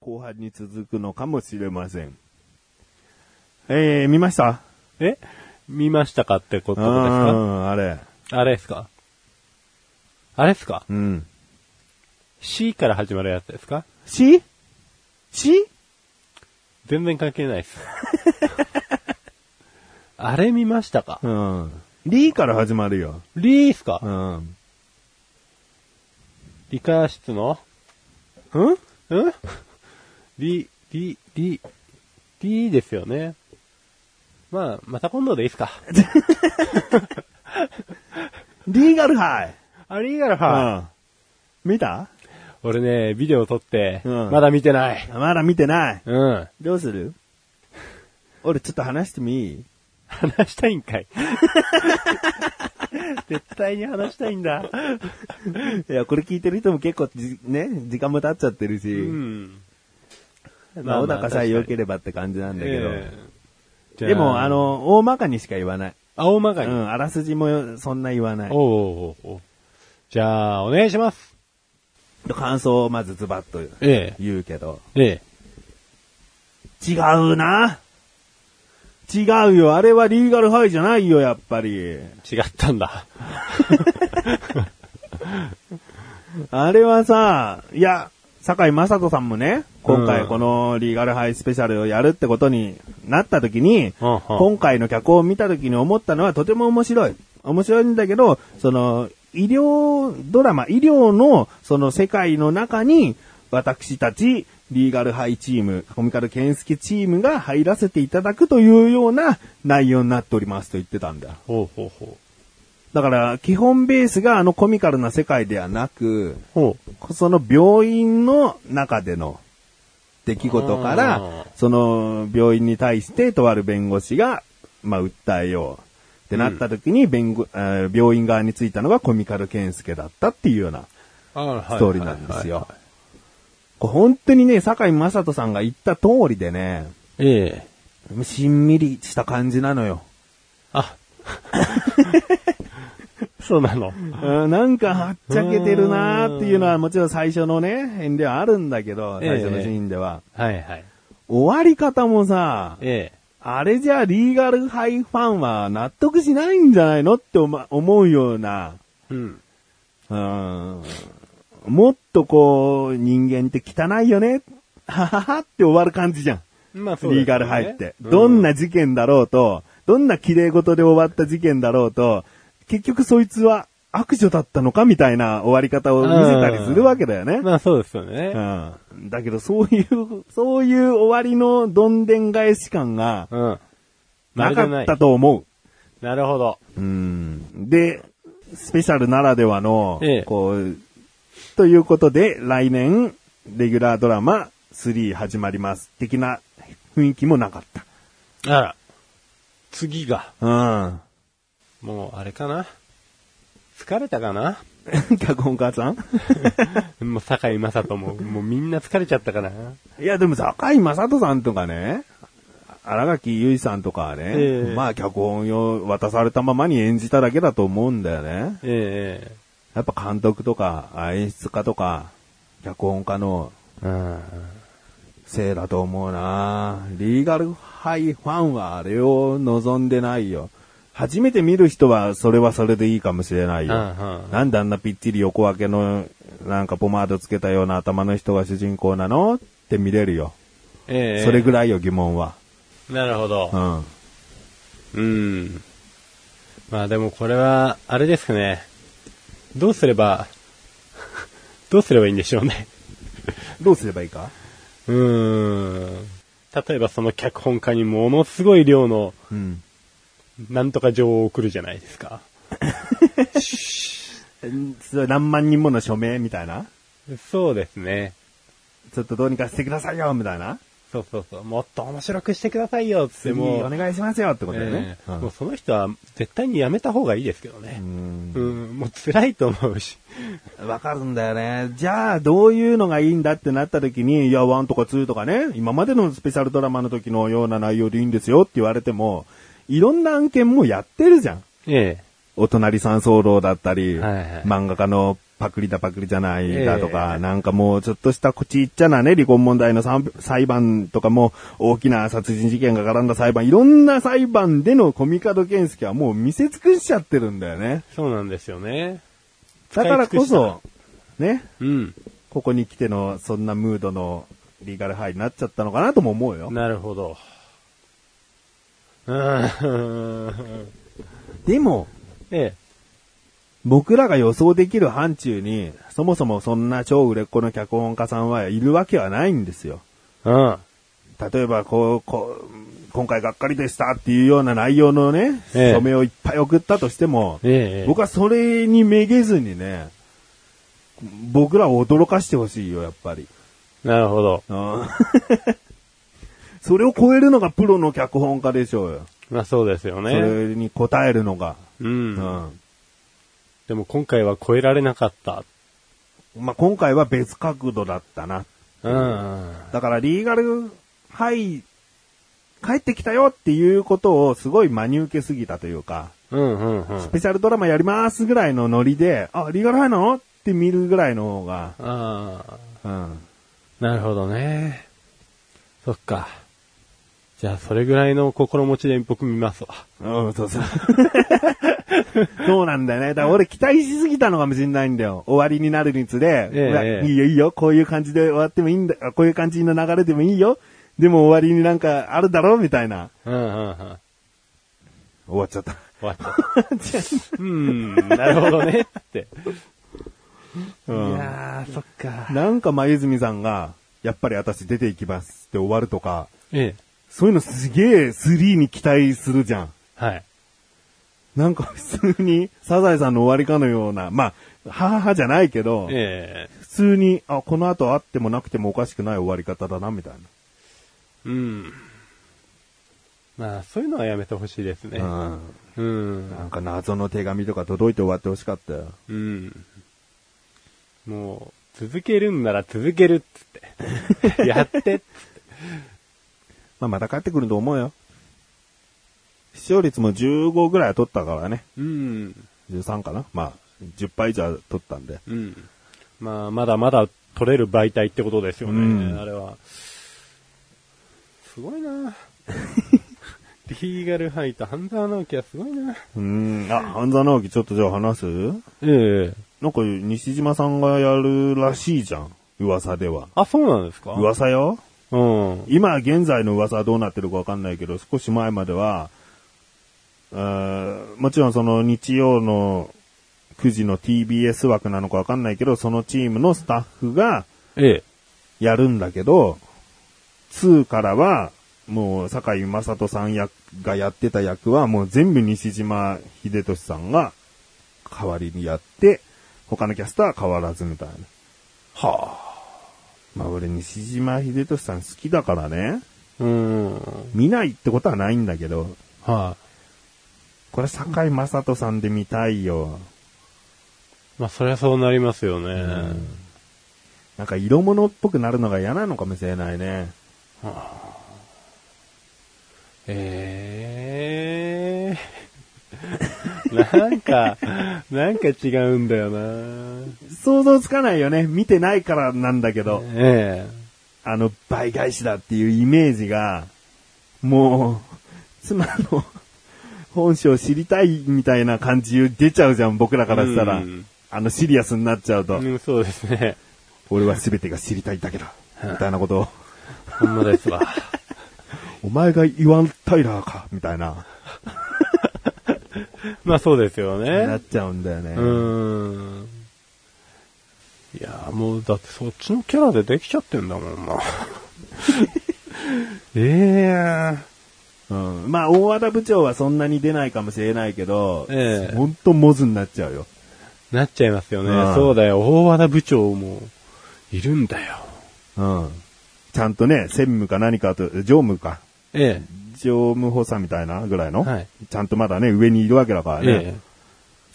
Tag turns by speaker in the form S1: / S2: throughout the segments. S1: 後半に続くのかもしれません。えー、見ました
S2: え見ましたかってこと
S1: う
S2: ですか
S1: ん、あれ。
S2: あれですかあれですか
S1: うん。
S2: ?C から始まるやつですか
S1: C? C?
S2: 全然関係ない です。あれ見ましたか
S1: うん。リーから始まるよ。
S2: リースか
S1: うん。
S2: 理科室の
S1: うん
S2: んリ、リ、リ、リですよね。まあ、また今度でいいっすか。
S1: リーガルハイ
S2: あれいいからは、
S1: うん。見た
S2: 俺ね、ビデオ撮って、
S1: うん
S2: まだ見てない。
S1: まだ見てない。
S2: うん。
S1: どうする俺ちょっと話してもいい
S2: 話したいんかい。 絶対に話したいんだ。
S1: いや、これ聞いてる人も結構じ、ね、時間も経っちゃってるし、
S2: うん。
S1: まあ、小高さえ良け
S2: れ
S1: ればって感じなんだけど。
S2: ど
S1: でも、あ、の、大まかにしか言わない。
S2: 青まが
S1: う
S2: り。
S1: ん、あらすじもそんな言わない。
S2: おうおうおうおうじゃあ、お願いします。
S1: 感想をまずズバッと
S2: え
S1: 言うけど。
S2: え。え
S1: 違うな違うよ、あれはリーガルハイじゃないよ、やっぱり。
S2: え。違ったんだ。
S1: あれはさ、いや、堺雅人さんもね、今
S2: う
S1: 回
S2: ん
S1: このリーガルハイスペシャルをやるってことになった時に、
S2: うんうん
S1: 今回の脚本を見た時に思ったのはとても面白い。面白いんだけど、その、医療ドラマ、医療のその世界の中に、私たち、リーガルハイチーム、コミカルケンスケチームが入らせていただくというような内容になっておりますと言ってたんだ。
S2: ほうほうほ
S1: だから、基本ベースがあのコミカルな世界ではなく、
S2: う。ほ
S1: その病院の中での出来事か
S2: あ
S1: ら
S2: ー、
S1: その病院に対してとある弁護士が、まあ、訴えようってなった時に弁護、えー病院側についたのがコミカルケンスケだったっていうような
S2: う。あ
S1: ストーリーなんですよ。これ本当にね、堺雅人さんが言った通りでね、
S2: ええ。
S1: しんみりした感じなのよ。
S2: あ。そうなの。
S1: うんなんかはっちゃけてるなーっていうのはもちろん最初のね、辺ではあるんだけど、最初のシーンでは。
S2: はいはい。
S1: 終わり方もさ、
S2: ええ。
S1: あれじゃリーガルハイファンは納得しないんじゃないのって思思うような、
S2: うん。
S1: うん、もっとこう、人間って汚いよね、はははって終わる感じじゃん。
S2: まあそうですね
S1: リーガルハイって。どんな事件だろうと、どんな綺麗事で終わった事件だろうと、結局そいつは悪女だったのかみたいな終わり方を見せたりするわけだよね。
S2: まあそうですよね。
S1: うん。だけど、そういう、そういう終わりのどんでん返し感が
S2: うん。
S1: な
S2: まるで
S1: かったと思う。
S2: なるほど。
S1: うん。で、スペシャルならではの、
S2: ええ
S1: こう、ということで、来年、レギュラードラマ3始まります。的な雰囲気もなかっ
S2: あら。次が、
S1: た。うん。
S2: もうあれかな。疲れたかな
S1: 脚本家さん
S2: もう坂井正人も、もうみんな疲れちゃったかな。
S1: いや、でも、坂井正人さんとかね、荒垣結衣さんとかはね、
S2: ええ
S1: まあ、脚本を渡されたままに演じただけだと思うんだよね。
S2: え
S1: やっぱ監督とか、あ演出家とか、脚本家の
S2: えうん。
S1: せいだと思うなリーガルハイファンはあれを望んでないよ。初めて見る人はそれはそれでいいかもしれないよ。
S2: うんうん
S1: なんであんなぴっちり横分けの、なんかポマードつけたような頭の人が主人公なのって見れるよ。
S2: ええ
S1: それぐらいよ、疑問は。
S2: なるほど
S1: う。ん。
S2: うん。まあでもこれは、あれですかね。どうすれば、 どうすればいいんでしょうね。
S1: どうすればいいか
S2: うーん。例えばその脚本家にものすごい量の
S1: うん。
S2: なんとか情を送るじゃないですか。
S1: それ何万人もの署名みたいな
S2: そうですね。
S1: ちょっとどうにかしてくださいよみたいな
S2: そうそうそう。もっと面白くしてくださいよっつって
S1: 次
S2: も
S1: お
S2: う。
S1: 願いしますよってことだよね
S2: え。え
S1: うん
S2: もうその人は絶対にやめた方がいいですけどね
S1: う。ん
S2: うん、もう辛いと思 うし。
S1: わかるんだよね。じゃあ、どういうのがいいんだってなった時に、いや、1とか2とかね、今までのスペシャルドラマの時のような内容でいいんですよって言われても、いろんな案件もやってるじゃん。
S2: え
S1: お隣さん騒動だったり、
S2: はいはい
S1: 漫画家のパクリだパクリじゃないだとか、
S2: ええ
S1: なんかもうちょっとしたちっちゃなね、離婚問題のさん裁判とかも、大きな殺人事件が絡んだ裁判、いろんな裁判でのコミカド健介はもう見せ尽くしちゃってるんだよね。
S2: そうなんですよね。
S1: だからこそ、ね、
S2: うん。
S1: ここに来てのそんなムードのリーガルハイになっちゃったのかなとも思うよ。
S2: なるほど。う ーん。
S1: でも、
S2: ええ。
S1: 僕らが予想できる範疇に、そもそもそんな超売れっ子の脚本家さんはいるわけはないんですよ。
S2: うん。
S1: 例えばこう、こう、今回がっかりでしたっていうような内容のね、
S2: ええ
S1: 署名をいっぱい送ったとしても、
S2: ええ。
S1: 僕はそれにめげずにね、僕らを驚かしてほしいよ、やっぱり。
S2: なるほど。
S1: うん それを超えるのがプロの脚本家でしょうよ。
S2: まあそうですよ
S1: そ
S2: ね。
S1: れに応えるのが。
S2: う。
S1: うんん。
S2: でも今回は超えられなかった。
S1: まあ、今回は別角度だったな。
S2: うん。
S1: だから、リーガルハイ、帰ってきたよっていうことをすごい真に受けすぎたというか、
S2: うんうんうん。
S1: スペシャルドラマやりますぐらいのノリで、あ、リーガルハイなのって見るぐらいの方が、
S2: ああ。
S1: うん。
S2: なるほどね。そっか。じゃあ、それぐらいの心持ちで僕見ますわ。
S1: うん、そうそう。 そうなんだよね。だから俺期待しすぎたのかもしれないんだよ。終わりになるにつれ、
S2: ええ
S1: うわ
S2: ええ
S1: いいよいいよ、こういう感じで終わってもいいんだ、あこういう感じの流れでもいいよ。でも終わりになんかあるだろうみたいな。
S2: うんうんうん。終
S1: 終わっちゃった。
S2: わっちゃった。うん、なるほどね。って。
S1: うん
S2: いやー、そっか。
S1: なんか前泉さんが、やっぱり私出ていきますって終わるとか、
S2: ええ。
S1: そういうのすげえ3に期待するじゃん。
S2: はい。
S1: なんか普通に、サザエさんの終わりかのような、まあ、母じゃないけど、
S2: ええ。
S1: 普通に、あ、この後あってもなくてもおかしくない終わり方だな、みたい
S2: うん。まあ、そういうのはやめてほしいですね。
S1: な。うん。
S2: うん。
S1: なんか謎の手紙とか届いて終わってほしかったよ。
S2: うん。もう、続けるんなら続けるっつ って。やってっつって。
S1: まあ、また帰ってくると思うよ。視聴率も15ぐらいは取ったからね。
S2: うん。
S1: 13かなまあ、10倍以上は取ったんで。
S2: うん。まあ、まだまだ取れる媒体ってことですよね、
S1: うん
S2: あれは。すごい なリーガルハイと半沢直樹はすごいな
S1: うーん。あ、半沢直樹ちょっとじゃあ話す
S2: ええ
S1: なんか、西島さんがやるらしいじゃん。噂では。
S2: あ、そうなんですか
S1: 噂よ
S2: うん。
S1: 今現在の噂はどうなってるかわかんないけど、少し前までは、あーもちろんその日曜の9時の TBS 枠なのかわかんないけど、そのチームのスタッフが
S2: ええ。
S1: やるんだけど、2からは、もう、坂井正人さん役がやってた役は、もう全部西島秀俊さんが代わりにやって、他のキャスターは変わらずみたいな。
S2: はあ。
S1: まあ俺、西島秀俊さん好きだからね、
S2: うん。はい、
S1: 見ないってことはないんだけど、これ、坂井正人さんで見たいよ。
S2: まあ、そりゃそうなりますよね。
S1: なんか、色物っぽくなるのが嫌なのかもしれないね。
S2: ええなんか、なんか違うんだよ な
S1: 想像つかないよね。見てないからなんだけど、
S2: ええ
S1: あの、倍返しだっていうイメージが、もう、妻の 本性を知りたいみたいな感じ出ちゃうじゃん、僕らからしたら
S2: うん。
S1: あの、シリアスになっちゃうと、
S2: うん、そうですね。
S1: 俺は全てが知りたいだけだ。みたいなことを、
S2: ほんまですわ。
S1: お前が言わんタイラーか、みたいな、
S2: まあそうですよ
S1: なっ
S2: ね。
S1: ちゃうんだよね。
S2: うーん。いやーもうだってそっちのキャラでできちゃってんだもん な。え
S1: う
S2: え
S1: んまあ、大和田部長はそんなに出ないかもしれないけど、
S2: ええ
S1: ほんとモズになっちゃうよ。
S2: なっちゃいますよね。
S1: うん
S2: そうだよ。大和田部長もいるんだよ。
S1: うん。ちゃんとね、専務か何かと、常務か。
S2: え
S1: 常務補佐みたいなぐらいの、
S2: はい
S1: ちゃんとまだね、上にいるわけだから
S2: え
S1: ね。
S2: え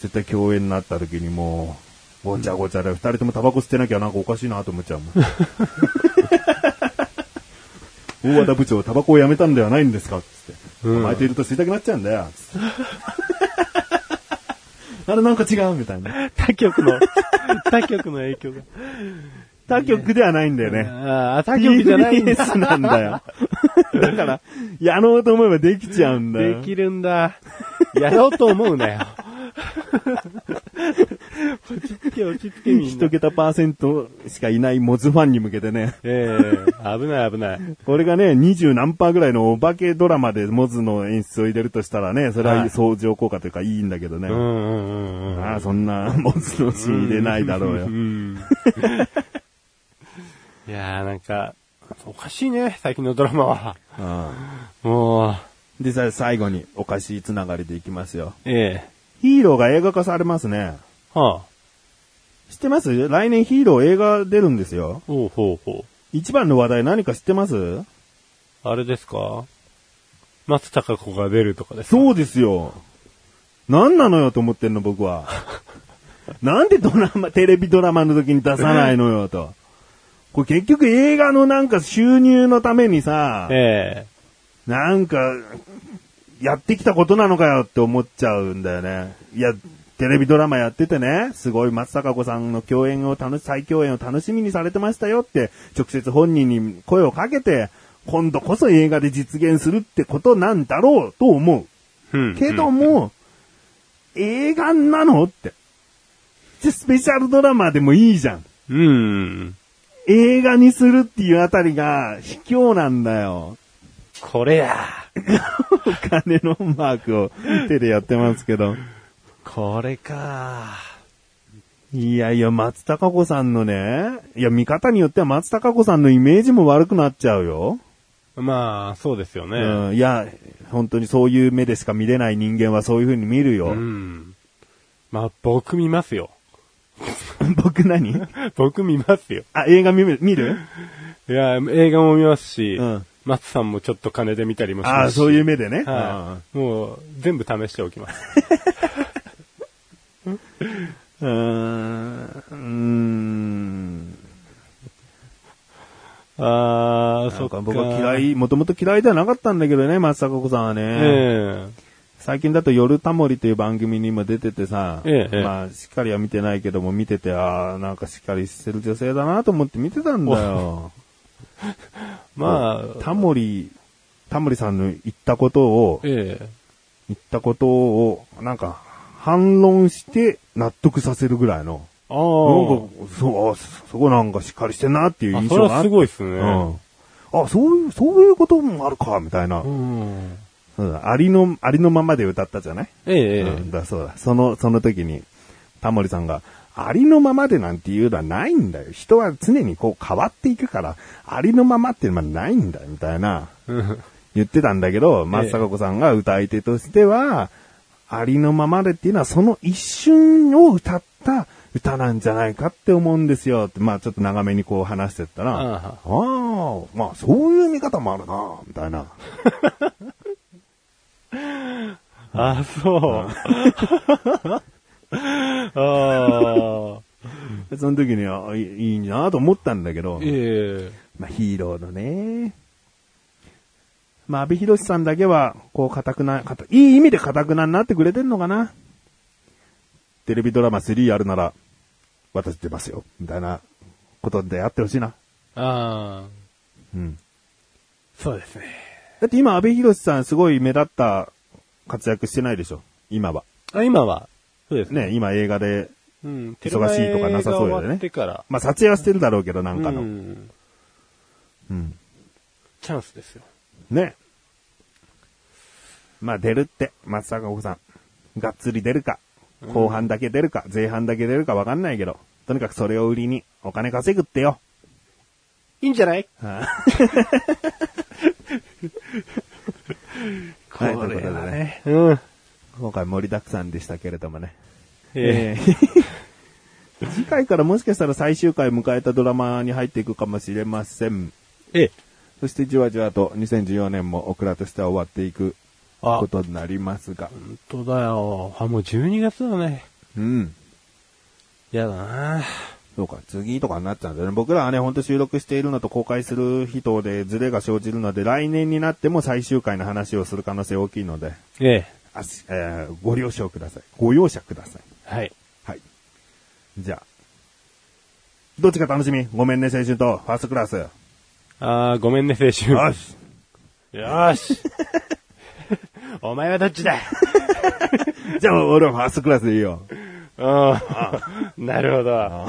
S1: 絶対共演になった時にもう、ごちゃごちゃで、二人ともタバコ吸ってなきゃなんかおかしいなと思っちゃうも ん。大和田部長、タバコをやめたんではないんですかつって。
S2: うん
S1: お前といると吸いたくなっちゃうんだ よ。つってあれなんか違うみたいな。
S2: え他局の、他局の影響が。
S1: 他局ではないんだよね。
S2: ああ、他局じゃないんだ。
S1: TBS なんだよ。だから、やろうと思えばできちゃうんだよ。
S2: できるんだ。やろうと思うな よ。落ち着け、落ち着け、みんな
S1: 一。桁パーセントしかいないモズファンに向けてね。
S2: ええ危ない危ない。
S1: これがね、20何パーぐらいのお化けドラマでモズの演出を入れるとしたらね、それ
S2: は
S1: はい相乗効果というかいいんだけどね。
S2: うんうんうんうん。
S1: ああ、そんなモズのシーン入れないだろうよ
S2: う。ん。 いやーなんか、おかしいね、最近のドラマは。
S1: うん
S2: もう、
S1: で、さ最後にお菓子つながりでいきますよ。
S2: ええ
S1: ヒーローが映画化されますね。
S2: はあ。
S1: 知ってます来年ヒーロー映画出るんですよ。
S2: ほうほうほ
S1: 一番の話題何か知ってます
S2: う。あれですか松たか子が出るとかですか
S1: そうですよ。何なのよと思ってんの、僕 は。なんでドラマ、テレビドラマの時に出さないのよと。これ結局映画のなんか収入のためにさ、
S2: ええ
S1: なんか、やってきたことなのかよって思っちゃうんだよね。いや、テレビドラマやっててね、すごい松坂子さんの共演を楽し、再共演を楽しみにされてましたよって、直接本人に声をかけて、今度こそ映画で実現するってことなんだろうと思う。
S2: うん
S1: けども、映画なのって。じゃスペシャルドラマでもいいじゃん。
S2: うん。
S1: 映画にするっていうあたりが卑怯なんだよ。
S2: これや。
S1: お金のマークを手でやってますけど。
S2: これか。
S1: いやいや、松たか子さんのね、いや、見方によっては松たか子さんのイメージも悪くなっちゃうよ。
S2: まあ、そうですよね。
S1: うん、いや、本当にそういう目でしか見れない人間はそういう風に見るよ。
S2: うん。まあ、僕見ますよ。
S1: 僕何
S2: 僕見ますよ。
S1: あ、映画見る見る
S2: いや、映画も見ますし、
S1: うん
S2: 松さんもちょっと金で見たりもし
S1: あ
S2: ま
S1: あ、
S2: すし。
S1: そういう目でね。うん
S2: はい。もう、全部試しておきます。
S1: うーん。
S2: ああ、
S1: な
S2: そ
S1: んか
S2: っか。
S1: 僕は嫌。い、もともと嫌いではなかったんだけどね、松坂子さんは
S2: え
S1: ね。
S2: え
S1: 最近だと夜タモリという番組にも出ててさ、
S2: ええ
S1: まあしっかりは見てないけども見てて、ああ、なんかしっかりしてる女性だなと思って見てたんだよ。
S2: まあ、
S1: タモリ、タモリさんの言ったことを、
S2: ええ
S1: 言ったことを、なんか反論して納得させるぐらいの、
S2: あ
S1: なん
S2: あ。
S1: か、そう、あそこなんかしっかりしてんなっていう印
S2: そ
S1: 象
S2: れ
S1: があ
S2: は
S1: って
S2: すごいですね。
S1: うん。あ、そういう、そういうこともあるか、みたいな。
S2: うん。
S1: うんありの、ありのままで歌ったじゃない、
S2: ええ
S1: うん、だそうだ。その、その時に、タモリさんが、ありのままでなんていうのはないんだよ。人は常にこう変わっていくから、ありのままっていうのはないんだよ、みたい な、
S2: うん
S1: 言ってたんだけど、松坂子さんが歌い手としては、ありのままでっていうのはその一瞬を歌った歌なんじゃないかって思うんですよって、まあちょっと長めにこう話してったら、
S2: あ
S1: ああ、まあそういう見方もあるな、みたい な。
S2: あ、そう。 ああ。
S1: その時にあいいいいなと思ったんだけど、
S2: ええ
S1: まあ、ヒーローのね。まあ、安部寛さんだけは、こう、かくな、かたいい意味でかたくなになってくれてんのかな。テレビドラマ3やるなら、私出ますよ。みたいなことでやってほしいな。
S2: ああ。
S1: うん。
S2: そうですね。
S1: だって今、安部寛さんすごい目立った活躍してないでしょ。今は。
S2: あ、今は。そうですね。
S1: ね、今映画で、
S2: うん。
S1: 忙しいとかなさそうよね
S2: テレビが終わってから。
S1: まあ、撮影はしてるだろうけど、なんかの。
S2: うん
S1: うん。
S2: チャンスですよ。
S1: ね。まあ出るって、松坂子さん。がっつり出るか、後半だけ出るか、前半だけ出るかわかんないけど、とにかくそれを売りにお金稼ぐってよ。
S2: いいんじゃない
S1: は
S2: こ
S1: というこ
S2: れ
S1: とで
S2: は
S1: ね
S2: ね。うん。
S1: 今回盛りだくさんでしたけれどもね。
S2: ええ
S1: え次回からもしかしたら最終回迎えたドラマに入っていくかもしれません。
S2: ええ。
S1: そしてじわじわと2014年もオクラとしては終わっていく
S2: あ
S1: ことになりますが。
S2: 本当だよ。あ、もう12月だね。
S1: うん。
S2: やだな
S1: そうか、次とかになっちゃうんだよね。僕らはね、ほんと収録しているのと公開する日とでズレが生じるので、来年になっても最終回の話をする可能性大きいので、
S2: ええ。
S1: あしえーご了承ください。ご容赦ください。
S2: はい。
S1: はい。じゃあ、どっちが楽しみごめんね、青春と、ファーストクラス。よ
S2: あー、ごめんね、青春。
S1: し。
S2: よー し。お前はどっちだ
S1: じゃあ、俺はファーストクラスでいいよ。
S2: うん。なるほど。